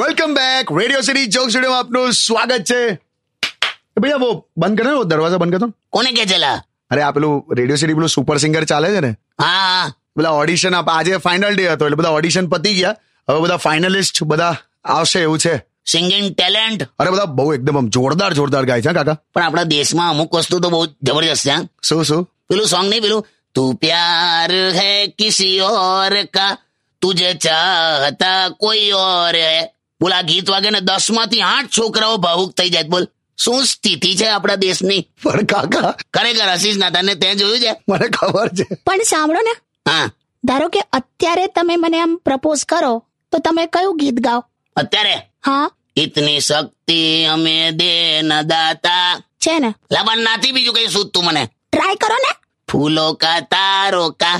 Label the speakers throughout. Speaker 1: Welcome back radio city joke studio આપનું સ્વાગત છે એ ભૈયા વો બંધ કરે ને વો દરવાજા બંધ કરતો
Speaker 2: કોને કે ચલા
Speaker 1: અરે આ પેલું રેડિયો સિટી પેલું સુપર સિંગર ચાલે છે ને
Speaker 2: હા
Speaker 1: બધા ઓડિશન આપ આજે ફાઇનલ ડે હતો એટલે બધા ઓડિશન પતી ગયા હવે બધા ફાઇનલિસ્ટ બધા આવશે એવું છે
Speaker 2: સિંગિંગ ટેલેન્ટ
Speaker 1: અરે બધા બહુ એકદમ આમ જોરદાર જોરદાર ગાય છે હા કાકા
Speaker 2: પણ આપણા દેશમાં અમુક વસ્તુ તો બહુ જબરજસ્ત છે હા.
Speaker 1: શું શું
Speaker 2: પેલું સોંગ નહીં પેલું તું પ્યાર હે કિસી ઓર કા તુજે ચાહતા કોઈ ઓર હે બોલ આ ગીત વાગે ને દસ માંથી આઠ છોકરાઓ ભાવુક થઈ જાય બોલ શું સ્થિતિ છે આપણા દેશની
Speaker 1: પણ કાકા
Speaker 2: ખરેખર હસીશ ના તને તે જોયું છે
Speaker 1: મને ખબર છે
Speaker 3: પણ સાંભળો ને
Speaker 2: હા
Speaker 3: ધારો કે અત્યારે તમે મને આમ પ્રપોઝ કરો તો તમે કયું ગીત ગાઓ
Speaker 2: અત્યારે
Speaker 3: હા
Speaker 2: ઇતની શક્તિ અમે દે ન દાતા
Speaker 3: છે ને
Speaker 2: લબન નાથી બીજું કઈ સૂચતું મને
Speaker 3: ટ્રાય કરો ને
Speaker 2: फूलों का तारों का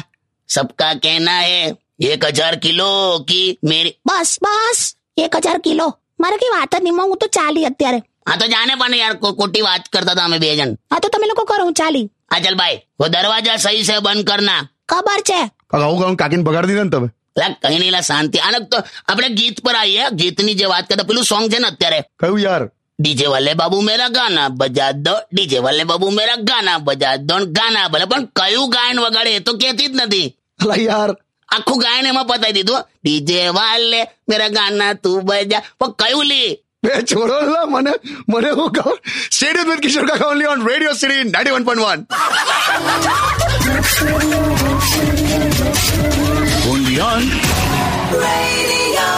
Speaker 2: सबका कहना है एक हजार किलो की मेरी
Speaker 3: બસ બસ એક હજાર કિલો મારે કઈ વાત જ નહીં માં હું તો ચાલી અત્યારે
Speaker 2: હા તો જાને પણ યાર કો- ખોટી વાત કરતા હતા અમે બે જણ
Speaker 3: હા તો તમે લોકો કરો હું ચાલી
Speaker 2: હા ચલ ભાઈ વો દરવાજા સહી છે બંધ કરના
Speaker 3: ખબર છે
Speaker 1: કાકા હું કહું કાકીને બગાડી દીધા ને તમે
Speaker 2: લા કઈ નહીં લા શાંતિ આને તો આપણે ગીત પર આવીએ ગીતની જે વાત કરતા પેલું સોંગ છે ને અત્યારે
Speaker 1: કયું યાર
Speaker 2: ડીજે વાલે બાબુ મેરા ગાના બજા દો ડીજે વાલે બાબુ મેરા ગાના બજા દો ને ગાના ભલે પણ કયું ગાયન વગાડે એ તો કહેતી જ નથી
Speaker 1: અલા યાર
Speaker 2: આખું ગાયન એમાં પતાવી દીધું ડીજે વાલે મેરા ગાના તું બજા પણ કયું લી
Speaker 1: બે છોડો લા મને મને હું કહું સ્ટેડિયમ વિથ કિશોર કાકા only on radio city ninety one point one
Speaker 4: Radio